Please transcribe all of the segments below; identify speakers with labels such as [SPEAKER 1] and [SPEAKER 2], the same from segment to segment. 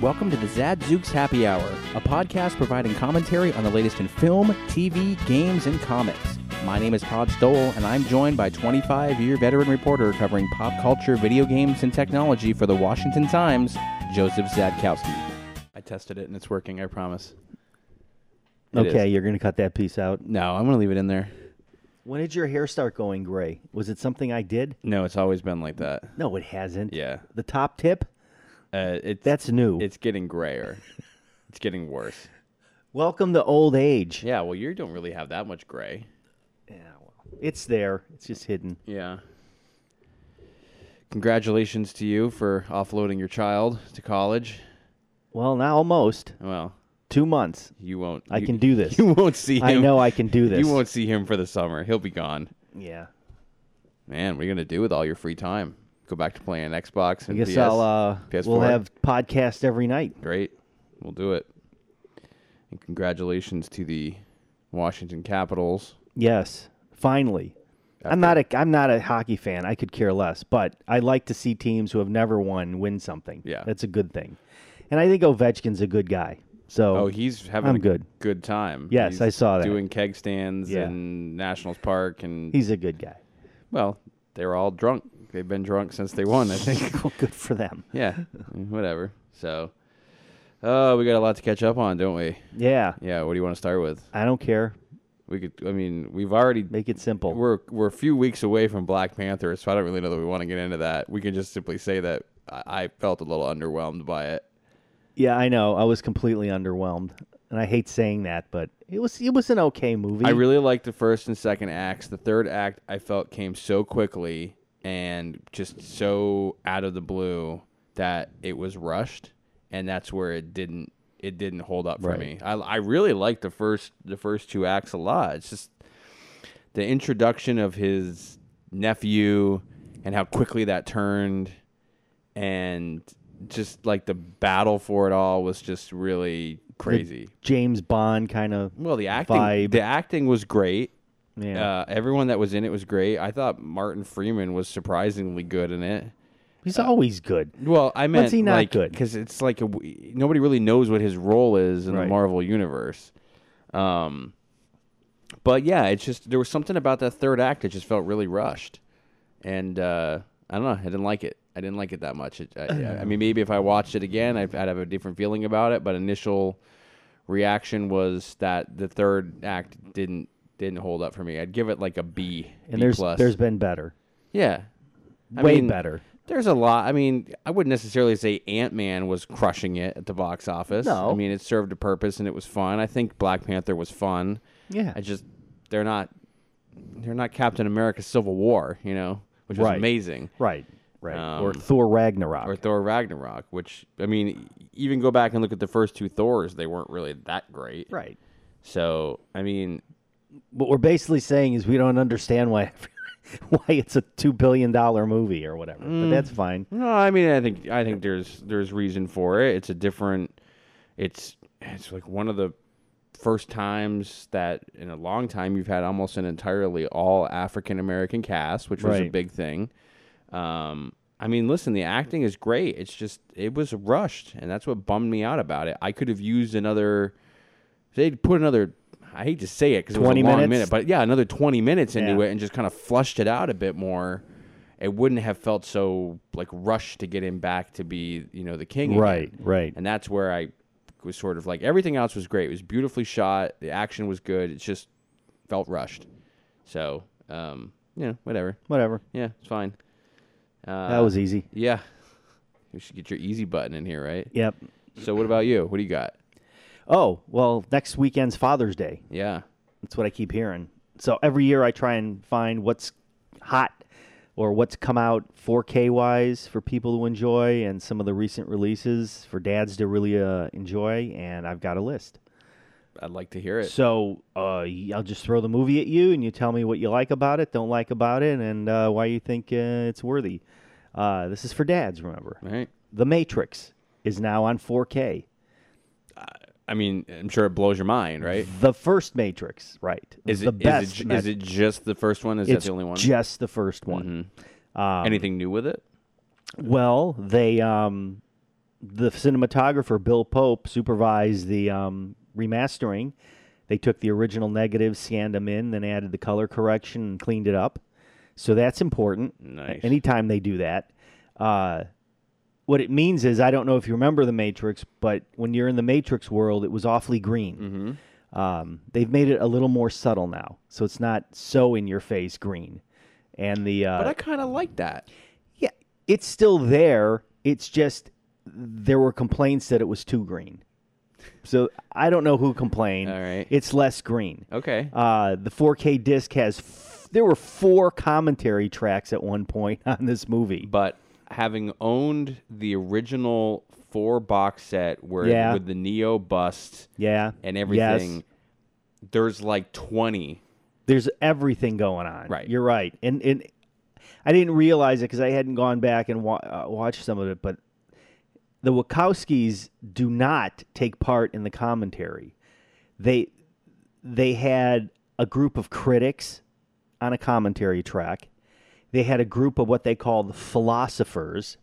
[SPEAKER 1] Welcome to the Zadzooks Happy Hour, a podcast providing commentary on the latest in film, TV, games, and comics. My name is Todd Stoll, and I'm joined by 25 year veteran reporter covering pop culture, video games, and technology for the Washington Times, Joseph Zadkowski. I tested it and it's working, I promise. It
[SPEAKER 2] okay,
[SPEAKER 1] is.
[SPEAKER 2] you're gonna cut that piece out.
[SPEAKER 1] No, I'm going to leave it in there.
[SPEAKER 2] When did your hair start going gray? Was it something I did?
[SPEAKER 1] No, it's always been like that.
[SPEAKER 2] No, it hasn't.
[SPEAKER 1] Yeah.
[SPEAKER 2] The top tip?
[SPEAKER 1] Uh, it's,
[SPEAKER 2] That's new.
[SPEAKER 1] It's getting grayer. it's getting worse.
[SPEAKER 2] Welcome to old age.
[SPEAKER 1] Yeah, well, you don't really have that much gray.
[SPEAKER 2] Yeah, well, it's there. It's just hidden.
[SPEAKER 1] Yeah. Congratulations to you for offloading your child to college.
[SPEAKER 2] Well, now almost
[SPEAKER 1] Well,
[SPEAKER 2] two months.
[SPEAKER 1] you won't.
[SPEAKER 2] I
[SPEAKER 1] you-
[SPEAKER 2] can do this.
[SPEAKER 1] You won't see him.
[SPEAKER 2] I know I can do this.
[SPEAKER 1] You won't see him for the summer. He'll be gone.
[SPEAKER 2] Yeah.
[SPEAKER 1] Man, what are you gonna do with all your free time? Go back to playing Xbox
[SPEAKER 2] I
[SPEAKER 1] and
[SPEAKER 2] guess
[SPEAKER 1] PS.
[SPEAKER 2] I'll. Uh,
[SPEAKER 1] PS4.
[SPEAKER 2] we'll have podcast every night.
[SPEAKER 1] Great, we'll do it. And congratulations to the Washington Capitals.
[SPEAKER 2] Yes. Finally. I'm not a I'm not a hockey fan. I could care less, but I like to see teams who have never won win something.
[SPEAKER 1] Yeah.
[SPEAKER 2] that's a good thing, and I think Ovechkin's a good guy. So
[SPEAKER 1] Oh, he's having
[SPEAKER 2] I'm
[SPEAKER 1] a
[SPEAKER 2] good.
[SPEAKER 1] good time.
[SPEAKER 2] Yes,
[SPEAKER 1] He's
[SPEAKER 2] I saw that.
[SPEAKER 1] Doing keg stands
[SPEAKER 2] Yeah.
[SPEAKER 1] in Nationals Park, and
[SPEAKER 2] he's a good guy.
[SPEAKER 1] well, they were all drunk. They've been drunk since they won. I think.
[SPEAKER 2] well, good for them.
[SPEAKER 1] Yeah, mm, whatever. So, oh, we got a lot to catch up on, don't we?
[SPEAKER 2] Yeah,
[SPEAKER 1] Yeah. What do you want to start with?
[SPEAKER 2] I don't care.
[SPEAKER 1] We could. I mean, we've already.
[SPEAKER 2] Make it simple.
[SPEAKER 1] We're we're a few weeks away from Black Panther, so I don't really know that we want to get into that. We can just simply say that I, I felt a little underwhelmed by it.
[SPEAKER 2] yeah, I know. I was completely underwhelmed, and I hate saying that, but it was it was an okay movie.
[SPEAKER 1] I really liked the first and second acts. The third act I felt came so quickly and just so out of the blue that it was rushed, and that's where it didn't it didn't hold up for
[SPEAKER 2] Right.
[SPEAKER 1] me. I, I really liked the first the first two acts a lot. It's just the introduction of his nephew and how quickly that turned and just like the battle for it all was just really crazy.
[SPEAKER 2] James Bond kind of
[SPEAKER 1] Well, the acting
[SPEAKER 2] vibe.
[SPEAKER 1] the acting was great.
[SPEAKER 2] yeah.
[SPEAKER 1] Uh, everyone that was in it was great. I thought Martin Freeman was surprisingly good in it.
[SPEAKER 2] he's always good.
[SPEAKER 1] Well, I meant
[SPEAKER 2] he not
[SPEAKER 1] like,
[SPEAKER 2] good?
[SPEAKER 1] because it's like a w nobody really knows what his role is in the
[SPEAKER 2] Right.
[SPEAKER 1] Marvel universe. Um, but yeah, it's just there was something about that third act that just felt really rushed, and uh, I don't know. I didn't like it. I didn't like it that much. It, I, I- I mean, maybe if I watched it again, I'd, I'd have a different feeling about it. But initial reaction was that the third act didn't didn't hold up for me. I'd give it like a B.
[SPEAKER 2] And
[SPEAKER 1] B
[SPEAKER 2] there's
[SPEAKER 1] plus.
[SPEAKER 2] there's been better,
[SPEAKER 1] yeah, I
[SPEAKER 2] way
[SPEAKER 1] mean,
[SPEAKER 2] better.
[SPEAKER 1] there's a lot. I mean, I wouldn't necessarily say Ant Man was crushing it at the box office.
[SPEAKER 2] No.
[SPEAKER 1] I mean, it served a purpose and it was fun. I think Black Panther was fun.
[SPEAKER 2] Yeah.
[SPEAKER 1] I just they're not they're not Captain America Civil War, you know, which was
[SPEAKER 2] Right.
[SPEAKER 1] amazing.
[SPEAKER 2] Right, right. or
[SPEAKER 1] Um,
[SPEAKER 2] Thor Ragnarok.
[SPEAKER 1] Or Thor Ragnarok, which I mean, even go back and look at the first two Thors, they weren't really that great.
[SPEAKER 2] right.
[SPEAKER 1] So I mean,
[SPEAKER 2] What we're basically saying is we don't understand why why it's a two billion dollar movie or whatever.
[SPEAKER 1] Mm.
[SPEAKER 2] But that's fine.
[SPEAKER 1] No, I mean, I think I think there's there's reason for it. It's a different. It's it's like one of the first times that in a long time you've had almost an entirely all African American cast, which was a
[SPEAKER 2] Right.
[SPEAKER 1] big thing. Um, I mean, listen, the acting is great. It's just it was rushed, and that's what bummed me out about it. I could have used another. They put another. I hate to say it because it was a
[SPEAKER 2] 20
[SPEAKER 1] long
[SPEAKER 2] minutes?
[SPEAKER 1] minute, but yeah, another twenty minutes into
[SPEAKER 2] Yeah.
[SPEAKER 1] it, and just kind of flushed it out a bit more. It wouldn't have felt so like rushed to get him back to be you know the king. again.
[SPEAKER 2] Right, right.
[SPEAKER 1] And that's where I was sort of like everything else was great. It was beautifully shot. The action was good. It just felt rushed. So um, you know, whatever.
[SPEAKER 2] Whatever.
[SPEAKER 1] Yeah, it's fine. Uh,
[SPEAKER 2] that was easy.
[SPEAKER 1] yeah. You should get your easy button in here, right?
[SPEAKER 2] Yep.
[SPEAKER 1] So what about you? What do you got?
[SPEAKER 2] Oh, well, next weekend's Father's Day.
[SPEAKER 1] Yeah.
[SPEAKER 2] That's what I keep hearing. So every year I try and find what's hot or what's come out 4K wise for people to enjoy and some of the recent releases for dads to really uh, enjoy. And I've got a list.
[SPEAKER 1] I'd like to hear it.
[SPEAKER 2] So uh, y- I'll just throw the movie at you, and you tell me what you like about it, don't like about it, and uh, why you think uh, it's worthy. Uh, this is for dads, remember.
[SPEAKER 1] All right.
[SPEAKER 2] The Matrix is now on 4K.
[SPEAKER 1] I mean, I'm sure it blows your mind, right?
[SPEAKER 2] The first Matrix, right?
[SPEAKER 1] Is it
[SPEAKER 2] the
[SPEAKER 1] is
[SPEAKER 2] best?
[SPEAKER 1] it, ju-
[SPEAKER 2] Mat-
[SPEAKER 1] is it just the first one? Is
[SPEAKER 2] it's
[SPEAKER 1] that the only one? Mm-hmm.
[SPEAKER 2] Just the first one. Uh,
[SPEAKER 1] Anything new with it?
[SPEAKER 2] Well, they um, the cinematographer Bill Pope supervised the um, remastering. They took the original negatives, scanned them in, then added the color correction and cleaned it up. So that's important.
[SPEAKER 1] Nice.
[SPEAKER 2] Anytime they do that, uh, what it means is I don't know if you remember the Matrix, but when you're in the Matrix world, it was awfully green.
[SPEAKER 1] Mm-hmm.
[SPEAKER 2] Um, they've made it a little more subtle now, so it's not so in your face green. And the uh,
[SPEAKER 1] But I kind of like that.
[SPEAKER 2] yeah, it's still there. It's just there were complaints that it was too green. So I don't know who complained.
[SPEAKER 1] All right.
[SPEAKER 2] It's less green.
[SPEAKER 1] Okay.
[SPEAKER 2] Uh, the 4K disc has. F- there were four commentary tracks at one point on this movie.
[SPEAKER 1] but having owned the original four box set where
[SPEAKER 2] Yeah.
[SPEAKER 1] with the Neo bust
[SPEAKER 2] Yeah.
[SPEAKER 1] and
[SPEAKER 2] Yes.
[SPEAKER 1] everything, there's like twenty.
[SPEAKER 2] there's everything going on.
[SPEAKER 1] Right.
[SPEAKER 2] You're right. And and I didn't realize it because I hadn't gone back and wa- uh, watched some of it, but the Wachowskis do not take part in the commentary. They they had a group of critics on a commentary track. They had a group of what they called philosophers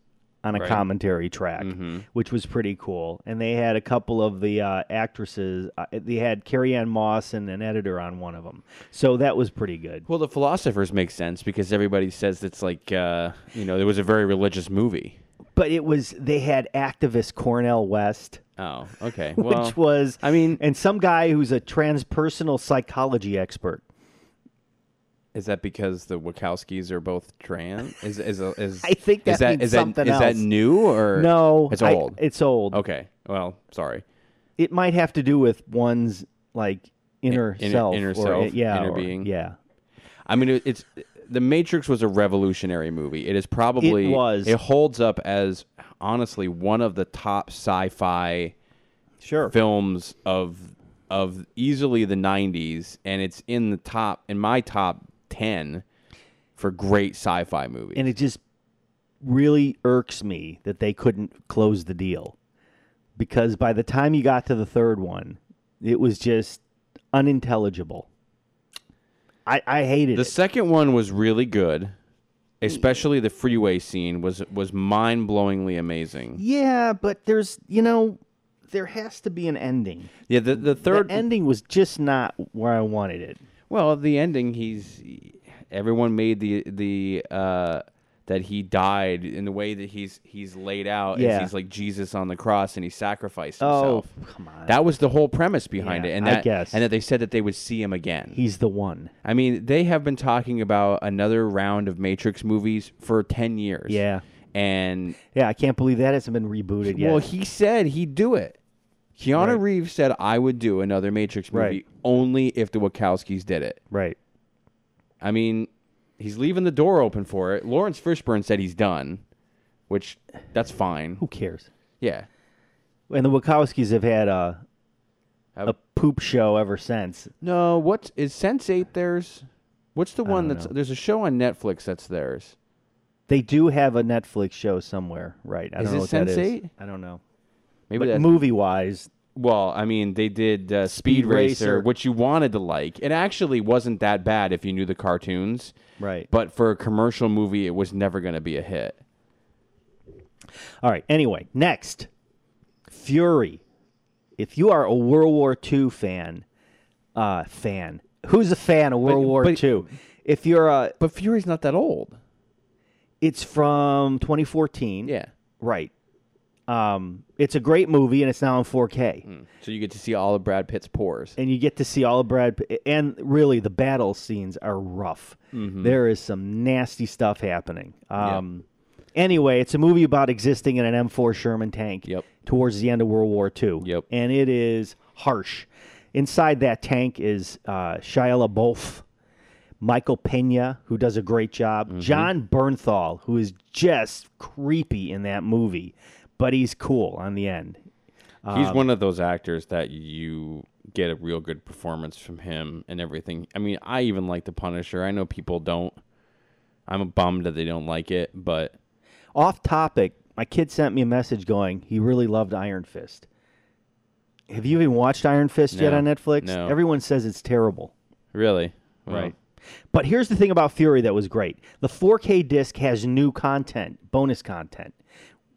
[SPEAKER 2] on a
[SPEAKER 1] Right. Mm-hmm.
[SPEAKER 2] commentary track, which was pretty cool. And they had a couple of the uh, actresses. Uh, they had Carrie Ann Moss and an editor on one of them, so that was pretty good.
[SPEAKER 1] Well, the philosophers make sense because everybody says it's like uh, you know there was a very religious movie.
[SPEAKER 2] But it was they had activist Cornell West,
[SPEAKER 1] Oh, okay. Well,
[SPEAKER 2] which was
[SPEAKER 1] I mean-
[SPEAKER 2] and some guy who's a transpersonal psychology expert.
[SPEAKER 1] is that because the Wachowskis are both trans? Is is uh, is
[SPEAKER 2] I think that
[SPEAKER 1] is that
[SPEAKER 2] means
[SPEAKER 1] is that-
[SPEAKER 2] something
[SPEAKER 1] is that
[SPEAKER 2] else.
[SPEAKER 1] new or
[SPEAKER 2] No,
[SPEAKER 1] It's
[SPEAKER 2] I-
[SPEAKER 1] old.
[SPEAKER 2] it's old.
[SPEAKER 1] okay. Well, sorry.
[SPEAKER 2] it might have to do with one's like inner
[SPEAKER 1] inner-
[SPEAKER 2] self,
[SPEAKER 1] inner
[SPEAKER 2] or,
[SPEAKER 1] self,
[SPEAKER 2] yeah,
[SPEAKER 1] inner
[SPEAKER 2] or-
[SPEAKER 1] being.
[SPEAKER 2] yeah.
[SPEAKER 1] I mean, it, it's the Matrix was a revolutionary movie. It is probably
[SPEAKER 2] It was.
[SPEAKER 1] It holds up as honestly one of the top sci-fi
[SPEAKER 2] Sure.
[SPEAKER 1] films of of easily the '90s, and it's in the top in my top ten for great sci-fi movies.
[SPEAKER 2] And it just really irks me that they couldn't close the deal because by the time you got to the third one, it was just unintelligible. I, I hated
[SPEAKER 1] The
[SPEAKER 2] it.
[SPEAKER 1] second one was really good, especially the freeway scene was was mind blowingly amazing.
[SPEAKER 2] Yeah, but there's you know there has to be an ending.
[SPEAKER 1] Yeah, the the third
[SPEAKER 2] the ending was just not where I wanted it.
[SPEAKER 1] Well, the ending, he's everyone made the the uh, that he died in the way that he's he's laid out. is
[SPEAKER 2] Yeah.
[SPEAKER 1] he's like Jesus on the cross and he sacrificed
[SPEAKER 2] Oh,
[SPEAKER 1] himself.
[SPEAKER 2] come on.
[SPEAKER 1] That was the whole premise behind
[SPEAKER 2] Yeah,
[SPEAKER 1] it, and
[SPEAKER 2] I
[SPEAKER 1] that
[SPEAKER 2] guess.
[SPEAKER 1] and that they said that they would see him again.
[SPEAKER 2] He's the one.
[SPEAKER 1] I mean, they have been talking about another round of Matrix movies for ten years.
[SPEAKER 2] Yeah.
[SPEAKER 1] and
[SPEAKER 2] Yeah, I can't believe that hasn't been rebooted yet.
[SPEAKER 1] well, he said he'd do it. Keanu
[SPEAKER 2] Right.
[SPEAKER 1] Reeves said I would do another Matrix movie
[SPEAKER 2] Right.
[SPEAKER 1] only if the Wachowskis did it.
[SPEAKER 2] right.
[SPEAKER 1] I mean, he's leaving the door open for it. Lawrence Fishburne said he's done, which that's fine.
[SPEAKER 2] Who cares?
[SPEAKER 1] Yeah.
[SPEAKER 2] And the Wachowskis have had a
[SPEAKER 1] Have-
[SPEAKER 2] a poop show ever since.
[SPEAKER 1] No, what is Sense Eight theirs? What's the one that's there's a show on Netflix that's theirs.
[SPEAKER 2] They do have a Netflix show somewhere, right? I
[SPEAKER 1] Is
[SPEAKER 2] don't know
[SPEAKER 1] it
[SPEAKER 2] what that is.
[SPEAKER 1] Sense8?
[SPEAKER 2] I don't know.
[SPEAKER 1] Maybe
[SPEAKER 2] But
[SPEAKER 1] that's
[SPEAKER 2] movie wise,
[SPEAKER 1] well. I mean, they did uh, Speed,
[SPEAKER 2] Speed
[SPEAKER 1] Racer,
[SPEAKER 2] Racer.
[SPEAKER 1] which you wanted to like. It actually wasn't that bad if you knew the cartoons,
[SPEAKER 2] right?
[SPEAKER 1] but for a commercial movie, it was never going to be a hit.
[SPEAKER 2] All right. Anyway, next, Fury. If you are a World War II fan, uh, fan, who's a fan of World War
[SPEAKER 1] but-
[SPEAKER 2] II? If you're a,
[SPEAKER 1] But Fury's not that old.
[SPEAKER 2] it's from 2014.
[SPEAKER 1] Yeah.
[SPEAKER 2] Right. Um, it's a great movie, and it's now in
[SPEAKER 1] Mm.
[SPEAKER 2] 4K.
[SPEAKER 1] Hmm. So you get to see all of Brad Pitt's pores.
[SPEAKER 2] and you get to see all of Brad. Pitt- And really, the battle scenes are rough.
[SPEAKER 1] Mm-hmm.
[SPEAKER 2] There is some nasty stuff happening. Um, Anyway, it's a movie about existing in an M4 Sherman tank
[SPEAKER 1] Yep.
[SPEAKER 2] towards the end of World War II.
[SPEAKER 1] Yep.
[SPEAKER 2] And it is harsh. Inside that tank is uh, Shia LaBeouf, Michael Pena, who does a great job,
[SPEAKER 1] Mm-hmm.
[SPEAKER 2] John Bernthal, who is just creepy in that movie, but he's cool on the end.
[SPEAKER 1] He's
[SPEAKER 2] Um,
[SPEAKER 1] one of those actors that you get a real good performance from him and everything. I mean, I even like The Punisher. I know people don't. I'm bummed that they don't like it, but
[SPEAKER 2] Off topic, my kid sent me a message going, he really loved Iron Fist. Have you even watched Iron Fist yet
[SPEAKER 1] No,
[SPEAKER 2] on Netflix?
[SPEAKER 1] no.
[SPEAKER 2] Everyone says it's terrible.
[SPEAKER 1] really, well,
[SPEAKER 2] But here's the thing about Fury that was great the 4K disc has new content, bonus content,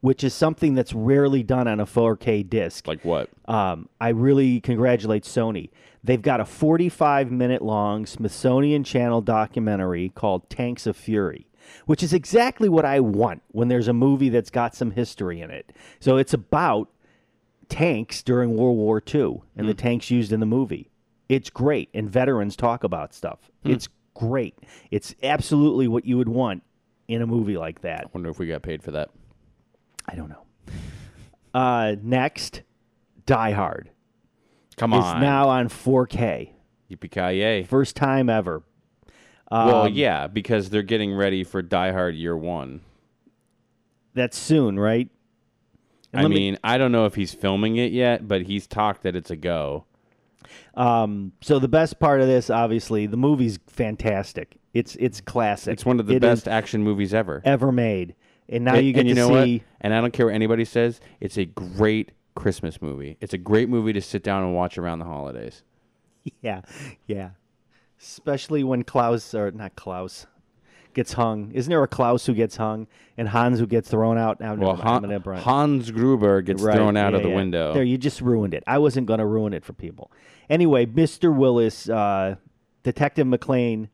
[SPEAKER 2] which is something that's rarely done on a 4K disc.
[SPEAKER 1] Like what?
[SPEAKER 2] um, I really congratulate Sony. They've got a 45 minute long Smithsonian Channel documentary called Tanks of Fury, which is exactly what I want when there's a movie that's got some history in it. So it's about tanks during World War II and the tanks used in the movie. It's great. And veterans talk about stuff. It's great. It's absolutely what you would want in a movie like that.
[SPEAKER 1] Wonder if we got paid for that.
[SPEAKER 2] I don't know. Uh, next, Die Hard
[SPEAKER 1] Come
[SPEAKER 2] is now on 4K.
[SPEAKER 1] Yippee ki yay!
[SPEAKER 2] First time ever.
[SPEAKER 1] Well,
[SPEAKER 2] Um,
[SPEAKER 1] yeah, because they're getting ready for Die Hard Year One.
[SPEAKER 2] That's soon, right? And
[SPEAKER 1] I
[SPEAKER 2] let me-
[SPEAKER 1] mean, I don't know if he's filming it yet, but he's talked that it's a go.
[SPEAKER 2] um, so the best part of this, obviously, the movie's fantastic. It's it's classic.
[SPEAKER 1] It's one of the
[SPEAKER 2] It is
[SPEAKER 1] best action movies ever.
[SPEAKER 2] ever made. And now
[SPEAKER 1] And-
[SPEAKER 2] you get
[SPEAKER 1] and you
[SPEAKER 2] to
[SPEAKER 1] know
[SPEAKER 2] see.
[SPEAKER 1] what? And I don't care what anybody says. It's a great Christmas movie. It's a great movie to sit down and watch around the holidays.
[SPEAKER 2] Yeah, yeah. Especially when Klaus or not Klaus gets hung. Isn't there a Klaus who gets hung and Hans who gets thrown out? Now,
[SPEAKER 1] Well, Han- Hans Gruber gets thrown out of the window.
[SPEAKER 2] There, you just ruined it. I wasn't going to ruin it for people. Anyway, Mr. Willis, uh, Detective McLean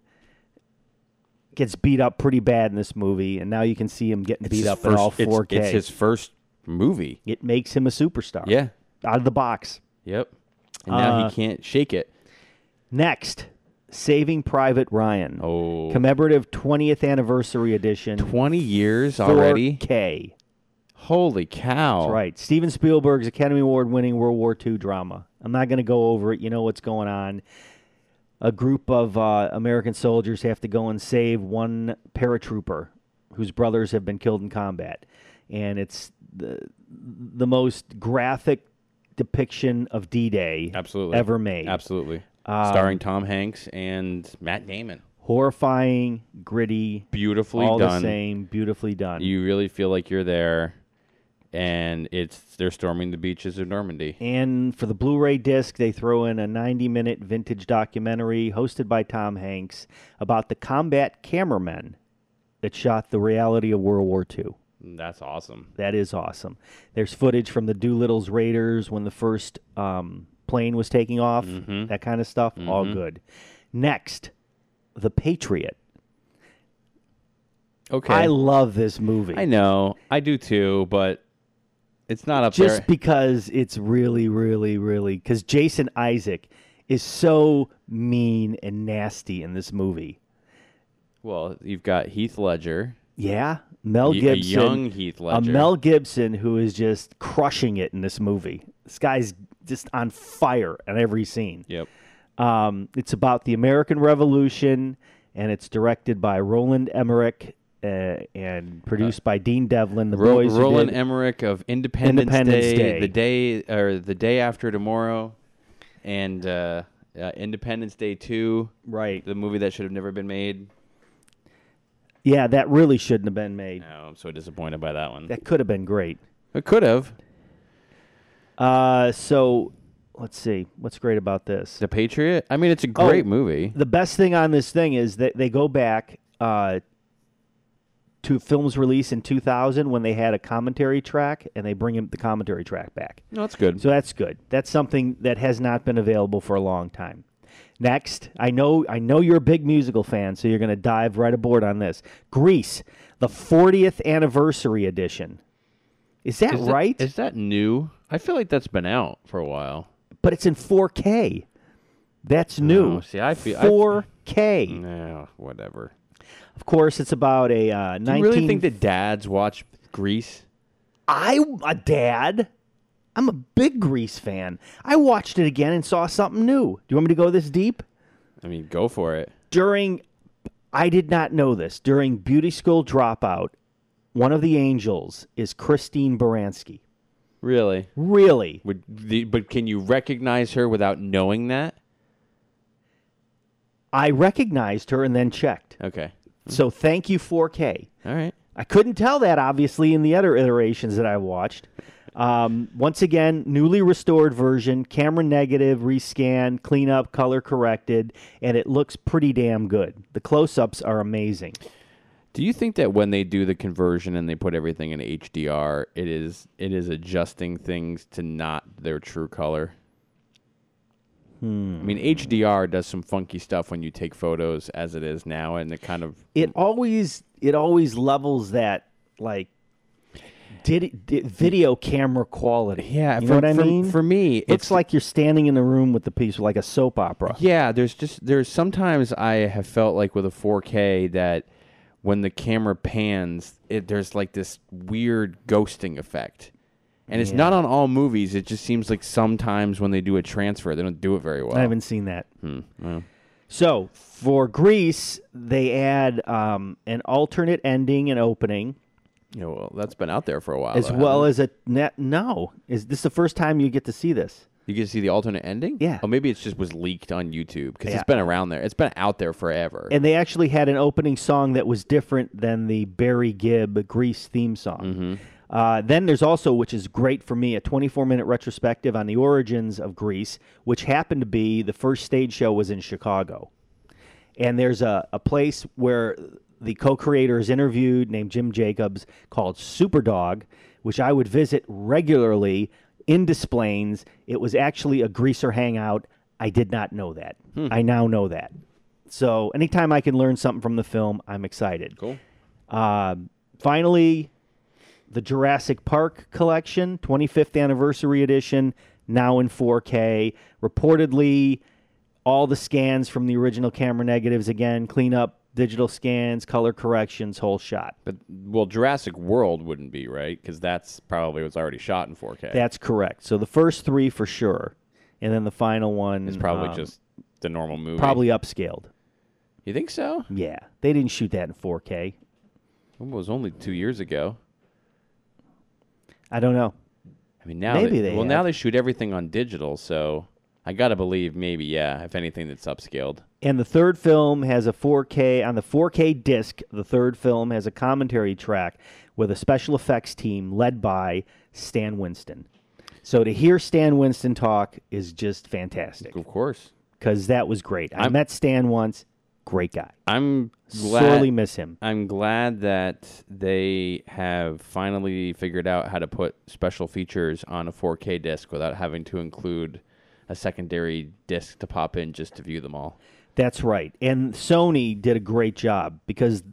[SPEAKER 2] gets beat up pretty bad in this movie, and now you can see him getting
[SPEAKER 1] It's
[SPEAKER 2] beat
[SPEAKER 1] his
[SPEAKER 2] up in all
[SPEAKER 1] first- it's-
[SPEAKER 2] 4K.
[SPEAKER 1] It's, his first movie.
[SPEAKER 2] it makes him a superstar.
[SPEAKER 1] Yeah.
[SPEAKER 2] Out of the box.
[SPEAKER 1] Yep. And now
[SPEAKER 2] Uh,
[SPEAKER 1] he can't shake it.
[SPEAKER 2] Next, Saving Private Ryan.
[SPEAKER 1] Oh.
[SPEAKER 2] Commemorative 20th Anniversary Edition.
[SPEAKER 1] 20 years already?
[SPEAKER 2] 4K.
[SPEAKER 1] Holy cow.
[SPEAKER 2] That's right. Steven Spielberg's Academy Award winning World War II drama. I'm not going to go over it. You know what's going on. A group of uh, American soldiers have to go and save one paratrooper whose brothers have been killed in combat. And it's the, the most graphic depiction of D Day
[SPEAKER 1] Absolutely.
[SPEAKER 2] ever made. Um,
[SPEAKER 1] Absolutely. Starring Tom Hanks and Matt Damon.
[SPEAKER 2] Horrifying, gritty,
[SPEAKER 1] Beautifully
[SPEAKER 2] all the
[SPEAKER 1] done.
[SPEAKER 2] same, beautifully done.
[SPEAKER 1] You really feel like you're there, and it's they're storming the beaches of Normandy.
[SPEAKER 2] And for the Blu ray disc, they throw in a 90 minute vintage documentary hosted by Tom Hanks about the combat cameramen that shot the reality of World War II.
[SPEAKER 1] That's awesome.
[SPEAKER 2] That is awesome. There's footage from the Doolittle's Raiders when the first um, plane was taking off,
[SPEAKER 1] Mm-hmm.
[SPEAKER 2] that kind of stuff. All good. Next, The Patriot.
[SPEAKER 1] Okay.
[SPEAKER 2] I love this movie.
[SPEAKER 1] I know. I do too, but it's not up
[SPEAKER 2] just
[SPEAKER 1] there.
[SPEAKER 2] because it's really, really, really because Jason Isaac is so mean and nasty in this movie.
[SPEAKER 1] well, you've got Heath Ledger,
[SPEAKER 2] Yeah, Mel
[SPEAKER 1] y- a
[SPEAKER 2] Gibson,
[SPEAKER 1] young Heath
[SPEAKER 2] a
[SPEAKER 1] Ledger.
[SPEAKER 2] Mel Gibson who is just crushing it in this movie. This guy's just on fire at every scene.
[SPEAKER 1] Yep.
[SPEAKER 2] Um, it's about the American Revolution, and it's directed by Roland Emmerich uh, and produced by Dean Devlin. The
[SPEAKER 1] Uh, Ro-
[SPEAKER 2] boys who
[SPEAKER 1] Roland
[SPEAKER 2] did-
[SPEAKER 1] Emmerich of Independence,
[SPEAKER 2] Independence
[SPEAKER 1] Day,
[SPEAKER 2] Day.
[SPEAKER 1] the day or the day after tomorrow, and uh, uh, Independence Day Two,
[SPEAKER 2] right?
[SPEAKER 1] the movie that should have never been made.
[SPEAKER 2] Yeah, that really shouldn't have been made.
[SPEAKER 1] No, I'm so disappointed by that one.
[SPEAKER 2] That could have been great.
[SPEAKER 1] It could have.
[SPEAKER 2] Uh, so let's see what's great about this.
[SPEAKER 1] The Patriot. I mean, it's a great
[SPEAKER 2] Oh.
[SPEAKER 1] movie.
[SPEAKER 2] The best thing on this thing is that they go back uh, to film's release in 2000 when they had a commentary track, and they bring him the commentary track back.
[SPEAKER 1] No, it's good.
[SPEAKER 2] So that's good. That's something that has not been available for a long time. Next, I know I know you're a big musical fan, so you're going to dive right aboard on this. Grease, the 40th anniversary edition. Is that
[SPEAKER 1] Is that-
[SPEAKER 2] right?
[SPEAKER 1] Is that new? I feel like that's been out for a while.
[SPEAKER 2] but it's in 4K. That's new.
[SPEAKER 1] No, Oh, see, I feel- I-
[SPEAKER 2] 4K.
[SPEAKER 1] No, whatever.
[SPEAKER 2] of course, it's about a uh,
[SPEAKER 1] Do
[SPEAKER 2] 19.
[SPEAKER 1] you really think that dads watch Grease?
[SPEAKER 2] I a dad? I'm a big Grease fan. I watched it again and saw something new. Do you want me to go this deep?
[SPEAKER 1] I mean, go for it.
[SPEAKER 2] During, I did not know this. During Beauty School Dropout, one of the angels is Christine Baranski.
[SPEAKER 1] Really?
[SPEAKER 2] Really?
[SPEAKER 1] Would the, but can you recognize her without knowing that?
[SPEAKER 2] I recognized her and then checked.
[SPEAKER 1] Okay.
[SPEAKER 2] So thank you, 4K.
[SPEAKER 1] All right.
[SPEAKER 2] I couldn't tell that obviously in the other iterations that I watched. Um, once again, newly restored version, camera negative, rescan, cleanup, color corrected, and it looks pretty damn good. The close ups are amazing.
[SPEAKER 1] Do you think that when they do the conversion and they put everything in HDR, it is it is adjusting things to not their true color? I mean, HDR does some funky stuff when you take photos as it is now, and it kind of
[SPEAKER 2] It always it always levels that like did, did video camera quality.
[SPEAKER 1] yeah.
[SPEAKER 2] you
[SPEAKER 1] for,
[SPEAKER 2] know what I
[SPEAKER 1] for-
[SPEAKER 2] mean.
[SPEAKER 1] For me,
[SPEAKER 2] looks
[SPEAKER 1] it's
[SPEAKER 2] like you're standing in a room with the piece like a soap opera.
[SPEAKER 1] Yeah, there's just there's sometimes I have felt like with a 4K that when the camera pans, it there's like this weird ghosting effect. And it's not on all movies. It just seems like sometimes when they do a transfer, they don't do it very well.
[SPEAKER 2] I haven't seen that.
[SPEAKER 1] Hmm, well.
[SPEAKER 2] So for Greece, they add um, an alternate ending and opening,
[SPEAKER 1] Yeah, well, that's been out there for a while.
[SPEAKER 2] as
[SPEAKER 1] though,
[SPEAKER 2] well
[SPEAKER 1] hasn't
[SPEAKER 2] as a net. No, is this the first time you get to see this?
[SPEAKER 1] it? you can see the alternate ending.
[SPEAKER 2] Yeah.
[SPEAKER 1] Oh, maybe it's just was leaked on YouTube because
[SPEAKER 2] Yeah.
[SPEAKER 1] it's been around there. It's been out there forever.
[SPEAKER 2] And they actually had an opening song that was different than the Barry Gibb Grease theme song.
[SPEAKER 1] Mm-hmm.
[SPEAKER 2] Uh, then there's also, which is great for me, a 24 minute retrospective on the origins of Grease, which happened to be the first stage show was in Chicago. And there's a, a place where the co creator is interviewed named Jim Jacobs called Superdog, which I would visit regularly in displays. It was actually a greaser hangout. I did not know that. I now know that. So anytime I can learn something from the film, I'm excited.
[SPEAKER 1] cool.
[SPEAKER 2] Um, finally, the Jurassic Park collection, 25th anniversary edition, now in 4K. Reportedly, all the scans from the original camera negatives again, clean up, digital scans, color corrections, whole shot.
[SPEAKER 1] But well, Jurassic World wouldn't be right because that's probably what's already shot in 4K.
[SPEAKER 2] That's correct. So the first three for sure, and then the final one
[SPEAKER 1] it's probably
[SPEAKER 2] um,
[SPEAKER 1] just the normal movie.
[SPEAKER 2] probably upscaled.
[SPEAKER 1] You think so?
[SPEAKER 2] Yeah, they didn't shoot that in 4K.
[SPEAKER 1] It was only two years ago.
[SPEAKER 2] I don't know.
[SPEAKER 1] I mean, now
[SPEAKER 2] Maybe
[SPEAKER 1] they,
[SPEAKER 2] they
[SPEAKER 1] well now
[SPEAKER 2] have.
[SPEAKER 1] they shoot everything on digital, so I gotta believe maybe yeah. If anything, that's upscaled.
[SPEAKER 2] And the third film has a 4K on the 4K disc. The third film has a commentary track with a special effects team led by Stan Winston. So to hear Stan Winston talk is just fantastic
[SPEAKER 1] Of course,
[SPEAKER 2] because that was great. I
[SPEAKER 1] I'm-
[SPEAKER 2] met Stan once. Great guy.
[SPEAKER 1] I'm glad.
[SPEAKER 2] Sorely miss him.
[SPEAKER 1] I'm glad that they have finally figured out how to put special features on a 4K disc without having to include a secondary disc to pop in just to view them all.
[SPEAKER 2] That's right. And Sony did a great job because,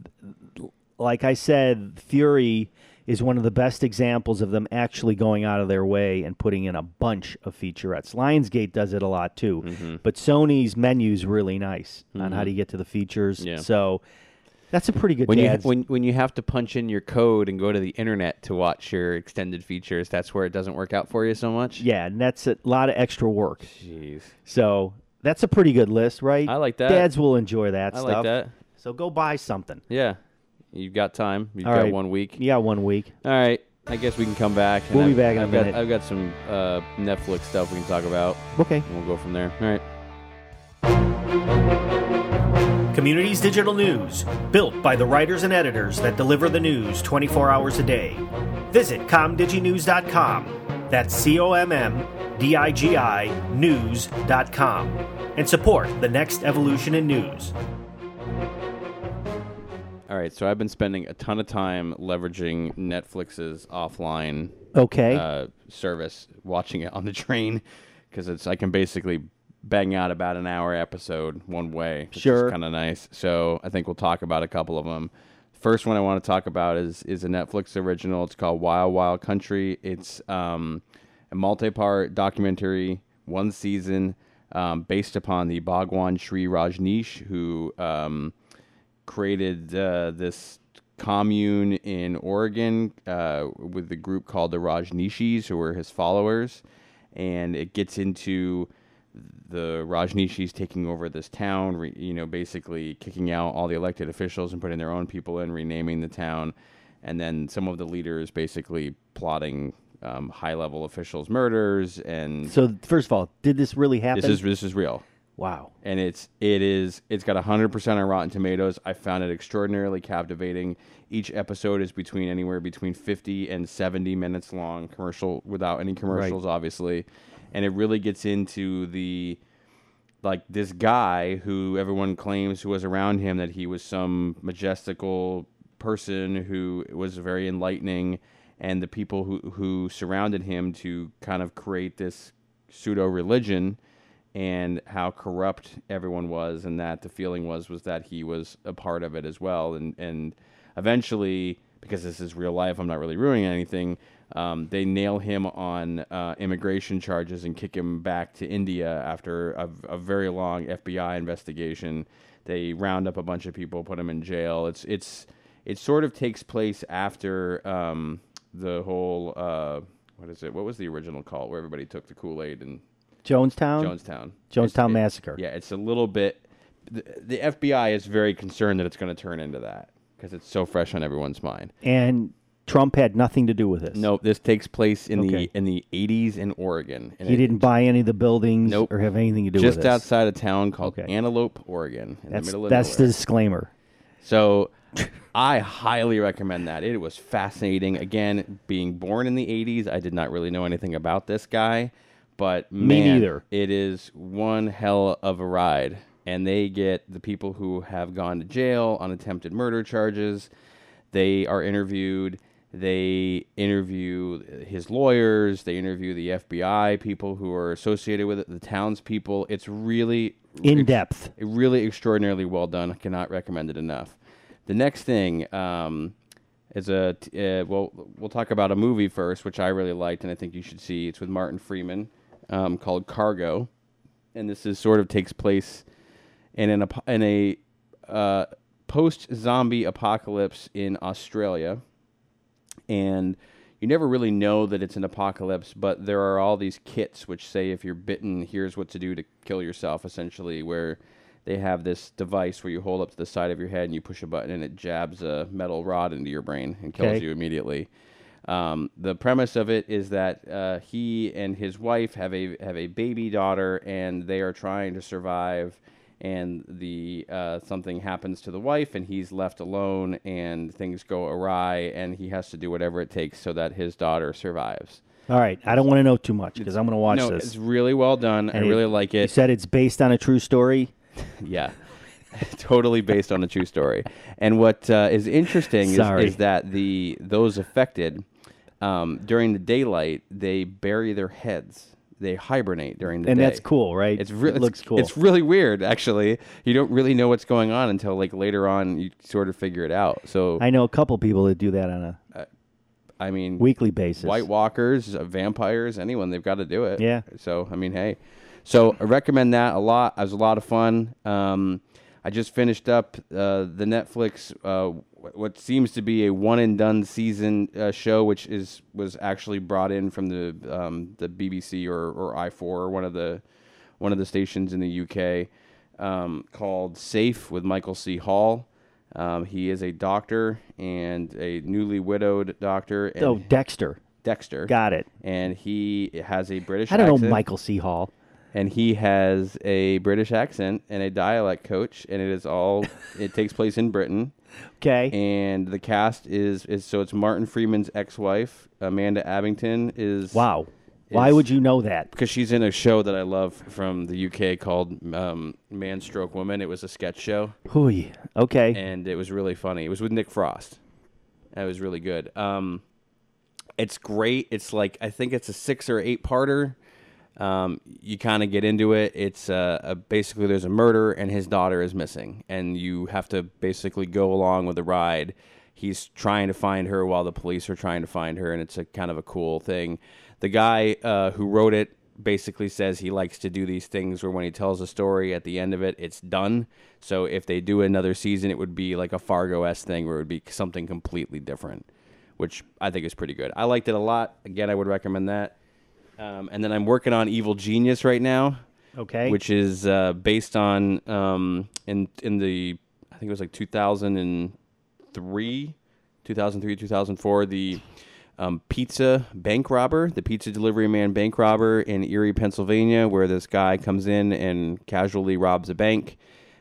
[SPEAKER 2] like I said, Fury is one of the best examples of them actually going out of their way and putting in a bunch of featurettes. Lionsgate does it a lot too,
[SPEAKER 1] Mm-hmm.
[SPEAKER 2] but Sony's menu's really nice on how to get to the features.
[SPEAKER 1] Yeah.
[SPEAKER 2] So that's a pretty good
[SPEAKER 1] When you
[SPEAKER 2] dad's-
[SPEAKER 1] when when you have to punch in your code and go to the internet to watch your extended features, that's where it doesn't work out for you so much.
[SPEAKER 2] yeah, and that's a lot of extra work.
[SPEAKER 1] Jeez.
[SPEAKER 2] So that's a pretty good list, right?
[SPEAKER 1] I like that.
[SPEAKER 2] Dads will enjoy that
[SPEAKER 1] I
[SPEAKER 2] stuff.
[SPEAKER 1] like that.
[SPEAKER 2] So go buy something.
[SPEAKER 1] Yeah. You've got time. You've
[SPEAKER 2] All
[SPEAKER 1] got
[SPEAKER 2] right.
[SPEAKER 1] one week.
[SPEAKER 2] You got one week.
[SPEAKER 1] All right. I guess we can come back. and
[SPEAKER 2] We'll be
[SPEAKER 1] I've-
[SPEAKER 2] back in a
[SPEAKER 1] I've got,
[SPEAKER 2] minute.
[SPEAKER 1] I've got some uh, Netflix stuff we can talk about,
[SPEAKER 2] Okay.
[SPEAKER 1] and we'll go from there. All right.
[SPEAKER 3] Communities Digital News, built by the writers and editors that deliver the news 24 hours a day. Visit comdiginews.com. That's C O M M D I G I news.com. And support the next evolution in news.
[SPEAKER 1] All right. So I've been spending a ton of time leveraging Netflix's offline
[SPEAKER 2] Okay.
[SPEAKER 1] uh, service, watching it on the train, because it's I can basically bang out about an hour episode one way. Which
[SPEAKER 2] Sure.
[SPEAKER 1] Is kind of nice. So I think we'll talk about a couple of them. First one I want to talk about is is a Netflix original. It's called Wild Wild Country. It's um, a multi-part documentary, one season, um, based upon the Bhagwan Sri Rajneesh, who um, created uh, this commune in Oregon uh, with the group called the Rajneeshis, who were his followers. And it gets into the Rajneeshis taking over this town, re, you know, basically kicking out all the elected officials and putting their own people in, renaming the town. And then some of the leaders basically plotting um, high level officials' murders. And
[SPEAKER 2] So first of all, did this really happen?
[SPEAKER 1] this is, this is real
[SPEAKER 2] wow.
[SPEAKER 1] and it's it is it's got 100% on rotten tomatoes i found it extraordinarily captivating each episode is between anywhere between 50 and 70 minutes long commercial without any commercials obviously and it really gets into the like this guy who everyone claims who was around him that he was some majestical person who was very enlightening, and the people who who surrounded him to kind of create this pseudo religion, and how corrupt everyone was, and that the feeling was was that he was a part of it as well, and and eventually because this is real life, I'm not really ruining anything. Um, they nail him on uh, immigration charges and kick him back to India after a, a very long FBI investigation. They round up a bunch of people, put them in jail. It's it's it sort of takes place after um, the whole uh, what is it? What was the original call where everybody took the Kool Aid and
[SPEAKER 2] Jonestown.
[SPEAKER 1] Jonestown.
[SPEAKER 2] Jonestown
[SPEAKER 1] It's- it-
[SPEAKER 2] Massacre.
[SPEAKER 1] yeah, it's a little bit. The, the FBI is very concerned that it's going to turn into that because it's so fresh on everyone's mind.
[SPEAKER 2] And Trump had nothing to do with this.
[SPEAKER 1] No, this takes place in
[SPEAKER 2] Okay.
[SPEAKER 1] the in the 80s in Oregon. And
[SPEAKER 2] He
[SPEAKER 1] it-
[SPEAKER 2] didn't buy any of the buildings
[SPEAKER 1] Nope.
[SPEAKER 2] or have anything to do
[SPEAKER 1] Just
[SPEAKER 2] with this.
[SPEAKER 1] outside a town called
[SPEAKER 2] Okay.
[SPEAKER 1] Antelope, Oregon, in
[SPEAKER 2] that's
[SPEAKER 1] the middle of
[SPEAKER 2] that's the
[SPEAKER 1] nowhere.
[SPEAKER 2] disclaimer.
[SPEAKER 1] So I highly recommend that. It was fascinating. Again, being born in the 80s, I did not really know anything about this guy, but
[SPEAKER 2] Me
[SPEAKER 1] man,
[SPEAKER 2] neither.
[SPEAKER 1] It is one hell of a ride. And they get the people who have gone to jail on attempted murder charges. They are interviewed. They interview his lawyers. They interview the FBI people who are associated with it, the townspeople. It's really
[SPEAKER 2] In
[SPEAKER 1] ex-
[SPEAKER 2] depth.
[SPEAKER 1] it really extraordinarily well done. I cannot recommend it enough. The next thing um, is a t- uh, well, we'll talk about a movie first, which I really liked and I think you should see. It's with Martin Freeman um, called Cargo, and this is sort of takes place in an ap- in a uh, post zombie apocalypse in Australia and you never really know that it's an apocalypse, but there are all these kits which say if you're bitten, here's what to do to kill yourself, essentially, where they have this device where you hold up to the side of your head and you push a button and it jabs a metal rod into your brain and kills
[SPEAKER 2] Okay.
[SPEAKER 1] you immediately. Um, the premise of it is that uh, he and his wife have a have a baby daughter, and they are trying to survive. And the uh, something happens to the wife, and he's left alone, and things go awry, and he has to do whatever it takes so that his daughter survives.
[SPEAKER 2] All right, I don't want to know too much because I'm going to watch
[SPEAKER 1] no,
[SPEAKER 2] this.
[SPEAKER 1] it's really well done. I
[SPEAKER 2] And
[SPEAKER 1] really
[SPEAKER 2] it-
[SPEAKER 1] like
[SPEAKER 2] You
[SPEAKER 1] it.
[SPEAKER 2] said it's based on a true story.
[SPEAKER 1] yeah. totally based on a true story. And what uh, is interesting is,
[SPEAKER 2] Sorry.
[SPEAKER 1] is that the those affected um, during the daylight they bury their heads. They hibernate during the
[SPEAKER 2] And
[SPEAKER 1] day.
[SPEAKER 2] that's cool, right?
[SPEAKER 1] It's really
[SPEAKER 2] It looks cool.
[SPEAKER 1] It's really weird, actually. You don't really know what's going on until like later on. You sort of figure it out. So
[SPEAKER 2] I know a couple people that do that on a
[SPEAKER 1] I, mean,
[SPEAKER 2] weekly basis.
[SPEAKER 1] White Walkers, uh, vampires, anyone, they've got to do it.
[SPEAKER 2] Yeah.
[SPEAKER 1] So I mean, hey, so I recommend that a lot. It was a lot of fun. Um, I just finished up uh, the Netflix, uh, wh- what seems to be a one and done season uh, show, which is was actually brought in from the um, the BBC or or I four or one of the one of the stations in the UK um, called Safe with Michael C. Hall. Um, he is a doctor and a newly widowed doctor. And
[SPEAKER 2] oh, Dexter.
[SPEAKER 1] Dexter.
[SPEAKER 2] Got it.
[SPEAKER 1] And he has a British
[SPEAKER 2] I don't know
[SPEAKER 1] accent,
[SPEAKER 2] Michael C. Hall.
[SPEAKER 1] And he has a British accent and a dialect coach, and it is all. it takes place in Britain,
[SPEAKER 2] Okay.
[SPEAKER 1] and the cast is is so it's Martin Freeman's ex-wife, Amanda Abington is
[SPEAKER 2] wow. Why
[SPEAKER 1] is-
[SPEAKER 2] would you know that?
[SPEAKER 1] because she's in a show that I love from the UK called um, Man Stroke Woman. It was a sketch show,
[SPEAKER 2] Hooey. Okay.
[SPEAKER 1] and it was really funny. It was with Nick Frost. That was really good. Um, it's great. It's like I think it's a six or eight parter. Um, you kind of get into it. It's uh, a, basically there's a murder and his daughter is missing, and you have to basically go along with the ride. He's trying to find her while the police are trying to find her, and it's a kind of a cool thing. The guy uh, who wrote it basically says he likes to do these things where when he tells a story at the end of it, it's done. So if they do another season, it would be like a Fargo s thing where it would be something completely different which I think is pretty good. I liked it a lot. Again, I would recommend that. Um, and then I'm working on Evil Genius right now,
[SPEAKER 2] okay.
[SPEAKER 1] which is uh, based on um, in in the I think it was like 2003, 2003, 2004. The um, pizza bank robber, the pizza delivery man bank robber in Erie, Pennsylvania, where this guy comes in and casually robs a bank,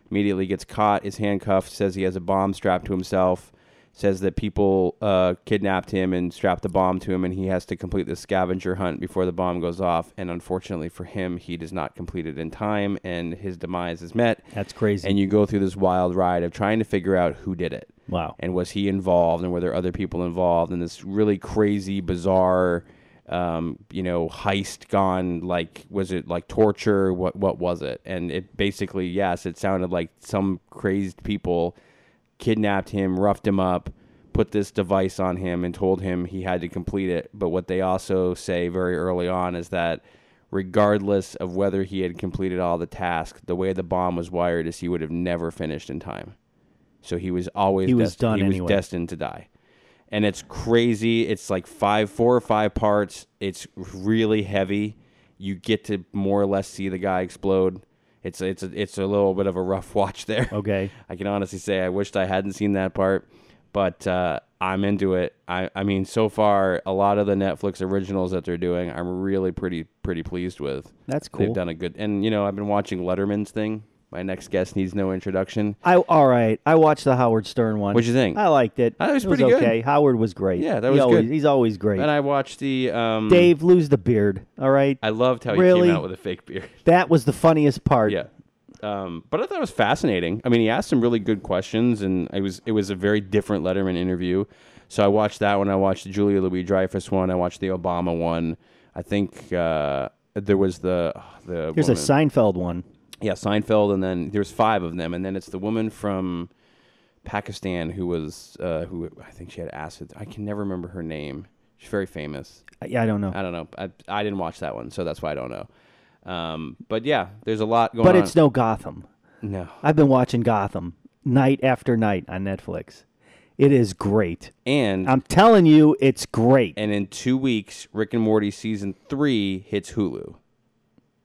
[SPEAKER 1] immediately gets caught, is handcuffed, says he has a bomb strapped to himself, says that people uh, kidnapped him and strapped the bomb to him, and he has to complete the scavenger hunt before the bomb goes off. And unfortunately for him, he does not complete it in time, and his demise is met.
[SPEAKER 2] That's crazy.
[SPEAKER 1] And you go through this wild ride of trying to figure out who did it.
[SPEAKER 2] Wow.
[SPEAKER 1] and was he involved and were there other people involved in this really crazy bizarre um, you know heist gone like was it like torture what what was it and it basically yes it sounded like some crazed people kidnapped him roughed him up put this device on him and told him he had to complete it but what they also say very early on is that regardless of whether he had completed all the tasks the way the bomb was wired is he would have never finished in time so he was always
[SPEAKER 2] He was
[SPEAKER 1] desti-
[SPEAKER 2] done
[SPEAKER 1] he
[SPEAKER 2] anyway.
[SPEAKER 1] was destined to die. And it's crazy. It's like five, four or five parts. It's really heavy. You get to more or less see the guy explode. It's it's a, it's a little bit of a rough watch there.
[SPEAKER 2] Okay.
[SPEAKER 1] I can honestly say I wished I hadn't seen that part, but uh, I'm into it. I I mean, so far a lot of the Netflix originals that they're doing, I'm really pretty pretty pleased with.
[SPEAKER 2] That's cool.
[SPEAKER 1] They've done a good. And you know, I've been watching Letterman's thing. My next guest needs no introduction.
[SPEAKER 2] I all right. I watched the Howard Stern one.
[SPEAKER 1] What'd you think?
[SPEAKER 2] I liked it.
[SPEAKER 1] I thought it was
[SPEAKER 2] it
[SPEAKER 1] pretty
[SPEAKER 2] was
[SPEAKER 1] good.
[SPEAKER 2] okay. Howard was great.
[SPEAKER 1] Yeah, that
[SPEAKER 2] He
[SPEAKER 1] was
[SPEAKER 2] always,
[SPEAKER 1] good.
[SPEAKER 2] He's always great.
[SPEAKER 1] And I watched the um,
[SPEAKER 2] Dave, lose the beard. All right.
[SPEAKER 1] I loved how he
[SPEAKER 2] Really?
[SPEAKER 1] came out with a fake beard.
[SPEAKER 2] that was the funniest part.
[SPEAKER 1] yeah. Um, but I thought it was fascinating. I mean, he asked some really good questions, and it was it was a very different Letterman interview. So I watched that one. I watched the Julia Louis Dreyfus one. I watched the Obama one. I think uh, there was the the
[SPEAKER 2] Here's
[SPEAKER 1] woman-
[SPEAKER 2] a Seinfeld one.
[SPEAKER 1] yeah Seinfeld, and then there's five of them, and then it's the woman from Pakistan who was uh, who I think she had acid. I can never remember her name. She's very famous.
[SPEAKER 2] I, I don't know.
[SPEAKER 1] I don't know. I, I didn't watch that one, so that's why I don't know. Um, but yeah, there's a lot going
[SPEAKER 2] but
[SPEAKER 1] on.
[SPEAKER 2] it's no Gotham.
[SPEAKER 1] no.
[SPEAKER 2] I've been watching Gotham night after night on Netflix. It is great.
[SPEAKER 1] And
[SPEAKER 2] I'm telling you, it's great.
[SPEAKER 1] and in two weeks, Rick and Morty season three hits Hulu.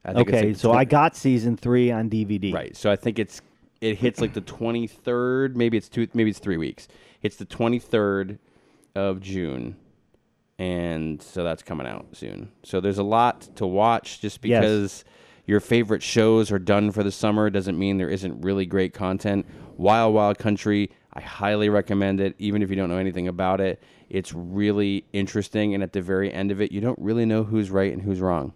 [SPEAKER 1] I think it's
[SPEAKER 2] okay,
[SPEAKER 1] like the
[SPEAKER 2] so
[SPEAKER 1] twen-
[SPEAKER 2] I got season three on DVD.
[SPEAKER 1] right. So I think it's it hits like the 23rd. Maybe it's two. Maybe it's three weeks. It's the 23rd of June, and so that's coming out soon. So there's a lot to watch. Just
[SPEAKER 2] Yes.
[SPEAKER 1] because your favorite shows are done for the summer doesn't mean there isn't really great content. Wild Wild Country, I highly recommend it, even if you don't know anything about it. It's really interesting, and at the very end of it, you don't really know who's right and who's wrong.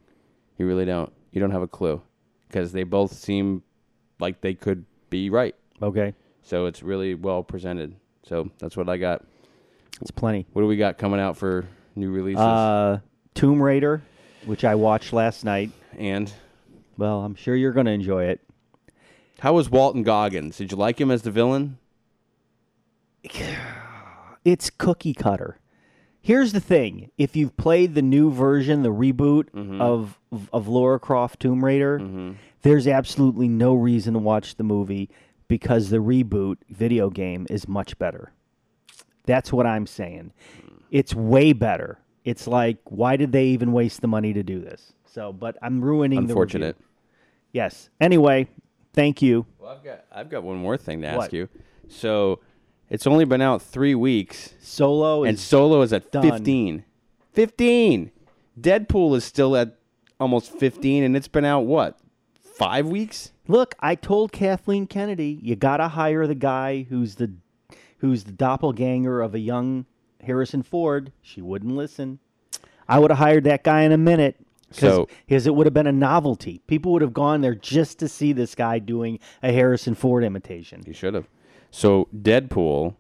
[SPEAKER 1] You really don't. You don't have a clue because they both seem like they could be right.
[SPEAKER 2] Okay,
[SPEAKER 1] So it's really well presented. So that's what I got.
[SPEAKER 2] it's plenty.
[SPEAKER 1] What do we got coming out for new releases?
[SPEAKER 2] Uh, Tomb Raider, which I watched last night.
[SPEAKER 1] and
[SPEAKER 2] Well, I'm sure you're going to enjoy it.
[SPEAKER 1] how was Walton Goggins? Did you like him as the villain?
[SPEAKER 2] It's cookie cutter. Here's the thing: if you've played the new version, the reboot
[SPEAKER 1] Mm-hmm.
[SPEAKER 2] of of Laura Croft Tomb Raider, there's absolutely no reason to watch the movie because the reboot video game is much better. That's what I'm saying. It's way better. It's like, why did they even waste the money to do this? So, but I'm ruining the
[SPEAKER 1] Unfortunate.
[SPEAKER 2] review. Yes. Anyway, thank you.
[SPEAKER 1] Well, I've got I've got one more thing to ask
[SPEAKER 2] What?
[SPEAKER 1] you. So it's only been out three weeks,
[SPEAKER 2] Solo
[SPEAKER 1] and
[SPEAKER 2] is
[SPEAKER 1] Solo is at
[SPEAKER 2] done.
[SPEAKER 1] fifteen. Fifteen. Deadpool is still at almost fifteen, and it's been out what five weeks?
[SPEAKER 2] Look, I told Kathleen Kennedy, you gotta hire the guy who's the who's the doppelganger of a young Harrison Ford. She wouldn't listen. I would have hired that guy in a minute.
[SPEAKER 1] So-
[SPEAKER 2] because it would have been a novelty. People would have gone there just to see this guy doing a Harrison Ford imitation.
[SPEAKER 1] You should have. So Deadpool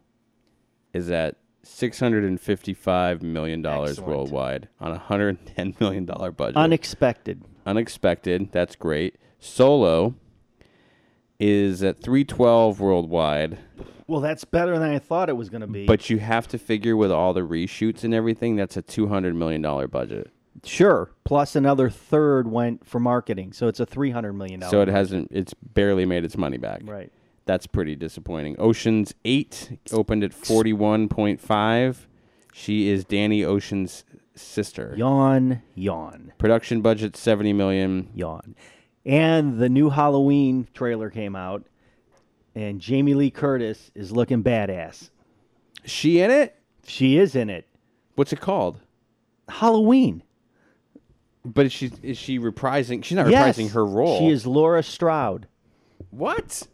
[SPEAKER 1] is at six hundred and fifty-five million dollars worldwide on a hundred and ten million dollar budget.
[SPEAKER 2] Unexpected.
[SPEAKER 1] Unexpected. That's great. Solo is at three twelve worldwide,
[SPEAKER 2] Well, that's better than I thought it was gonna be.
[SPEAKER 1] but you have to figure with all the reshoots and everything, that's a two hundred million dollar budget.
[SPEAKER 2] sure. Plus another third went for marketing, so it's a three hundred million dollar.
[SPEAKER 1] So it hasn't. It's barely made its money back.
[SPEAKER 2] right.
[SPEAKER 1] That's pretty disappointing. Ocean's Eight opened at forty-one point five. She is Danny Ocean's sister.
[SPEAKER 2] Yawn. Yawn.
[SPEAKER 1] Production budget seventy million.
[SPEAKER 2] yawn. And the new Halloween trailer came out, and Jamie Lee Curtis is looking badass.
[SPEAKER 1] She in it?
[SPEAKER 2] She is in it.
[SPEAKER 1] What's it called?
[SPEAKER 2] Halloween.
[SPEAKER 1] But is she is she reprising? She's not
[SPEAKER 2] Yes.
[SPEAKER 1] reprising her role.
[SPEAKER 2] She is Laura Stroud.
[SPEAKER 1] what?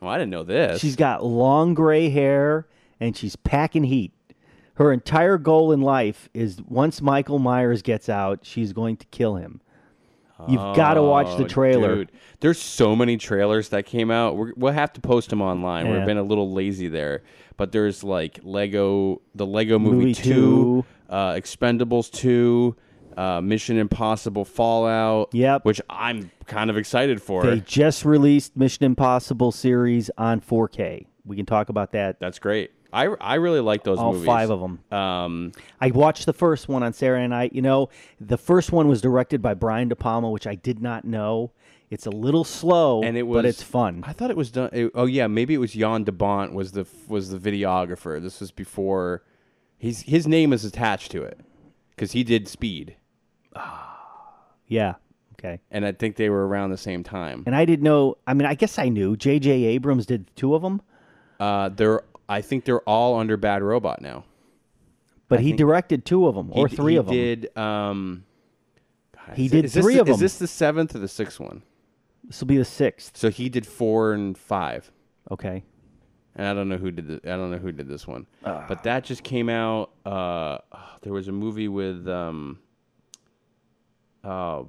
[SPEAKER 1] Well, I didn't know this.
[SPEAKER 2] She's got long gray hair and she's packing heat. Her entire goal in life is once Michael Myers gets out, she's going to kill him. You've got to watch the
[SPEAKER 1] Oh,
[SPEAKER 2] trailer.
[SPEAKER 1] dude. There's so many trailers that came out. We're, we'll have to post them online.
[SPEAKER 2] Yeah.
[SPEAKER 1] We've been a little lazy there, but there's like Lego, the Lego Movie,
[SPEAKER 2] Movie 2.
[SPEAKER 1] Two, uh, Expendables Two, uh, Mission Impossible Fallout.
[SPEAKER 2] Yep.
[SPEAKER 1] which I'm kind of excited for.
[SPEAKER 2] They just released Mission Impossible series on 4K. We can talk about that.
[SPEAKER 1] That's great. I, I really like those
[SPEAKER 2] All
[SPEAKER 1] movies.
[SPEAKER 2] five of them.
[SPEAKER 1] Um,
[SPEAKER 2] I watched the first one on Saturday night. You know, the first one was directed by Brian De Palma, which I did not know. It's a little slow,
[SPEAKER 1] and it was
[SPEAKER 2] but it's fun.
[SPEAKER 1] I thought it was done. it- oh yeah, maybe it was Jan de Bont was the was the videographer. This was before. He's his name is attached to it because he did Speed,
[SPEAKER 2] Yeah. Okay.
[SPEAKER 1] and I think they were around the same time.
[SPEAKER 2] And I didn't know. I mean, I guess I knew. J.J. Abrams did two of them,
[SPEAKER 1] Uh, they're I think they're all under Bad Robot now,
[SPEAKER 2] but he directed two of them or
[SPEAKER 1] He-
[SPEAKER 2] three
[SPEAKER 1] he
[SPEAKER 2] of them.
[SPEAKER 1] Did um, God,
[SPEAKER 2] He
[SPEAKER 1] is it-
[SPEAKER 2] did
[SPEAKER 1] is this
[SPEAKER 2] three
[SPEAKER 1] the-
[SPEAKER 2] of 'em.
[SPEAKER 1] Is this the seventh or the sixth one?
[SPEAKER 2] This will be the sixth.
[SPEAKER 1] So he did four and five.
[SPEAKER 2] Okay.
[SPEAKER 1] and I don't know who did the, I don't know who did this one, but that just came out. Uh, there was a movie with um, uh,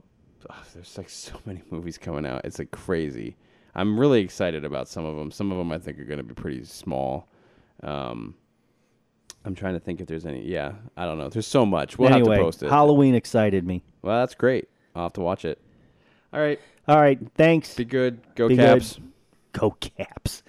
[SPEAKER 1] there's like so many movies coming out. It's like crazy. I'm really excited about some of them. Some of them I think are going to be pretty small. Um, I'm trying to think if there's any. Yeah, I don't know. There's so much. We'll
[SPEAKER 2] anyway,
[SPEAKER 1] have to post it.
[SPEAKER 2] Halloween excited me.
[SPEAKER 1] well, that's great. I'll have to watch it. All right,
[SPEAKER 2] All right. Thanks.
[SPEAKER 1] be good. Go
[SPEAKER 2] Be good.
[SPEAKER 1] Caps.
[SPEAKER 2] Go Caps.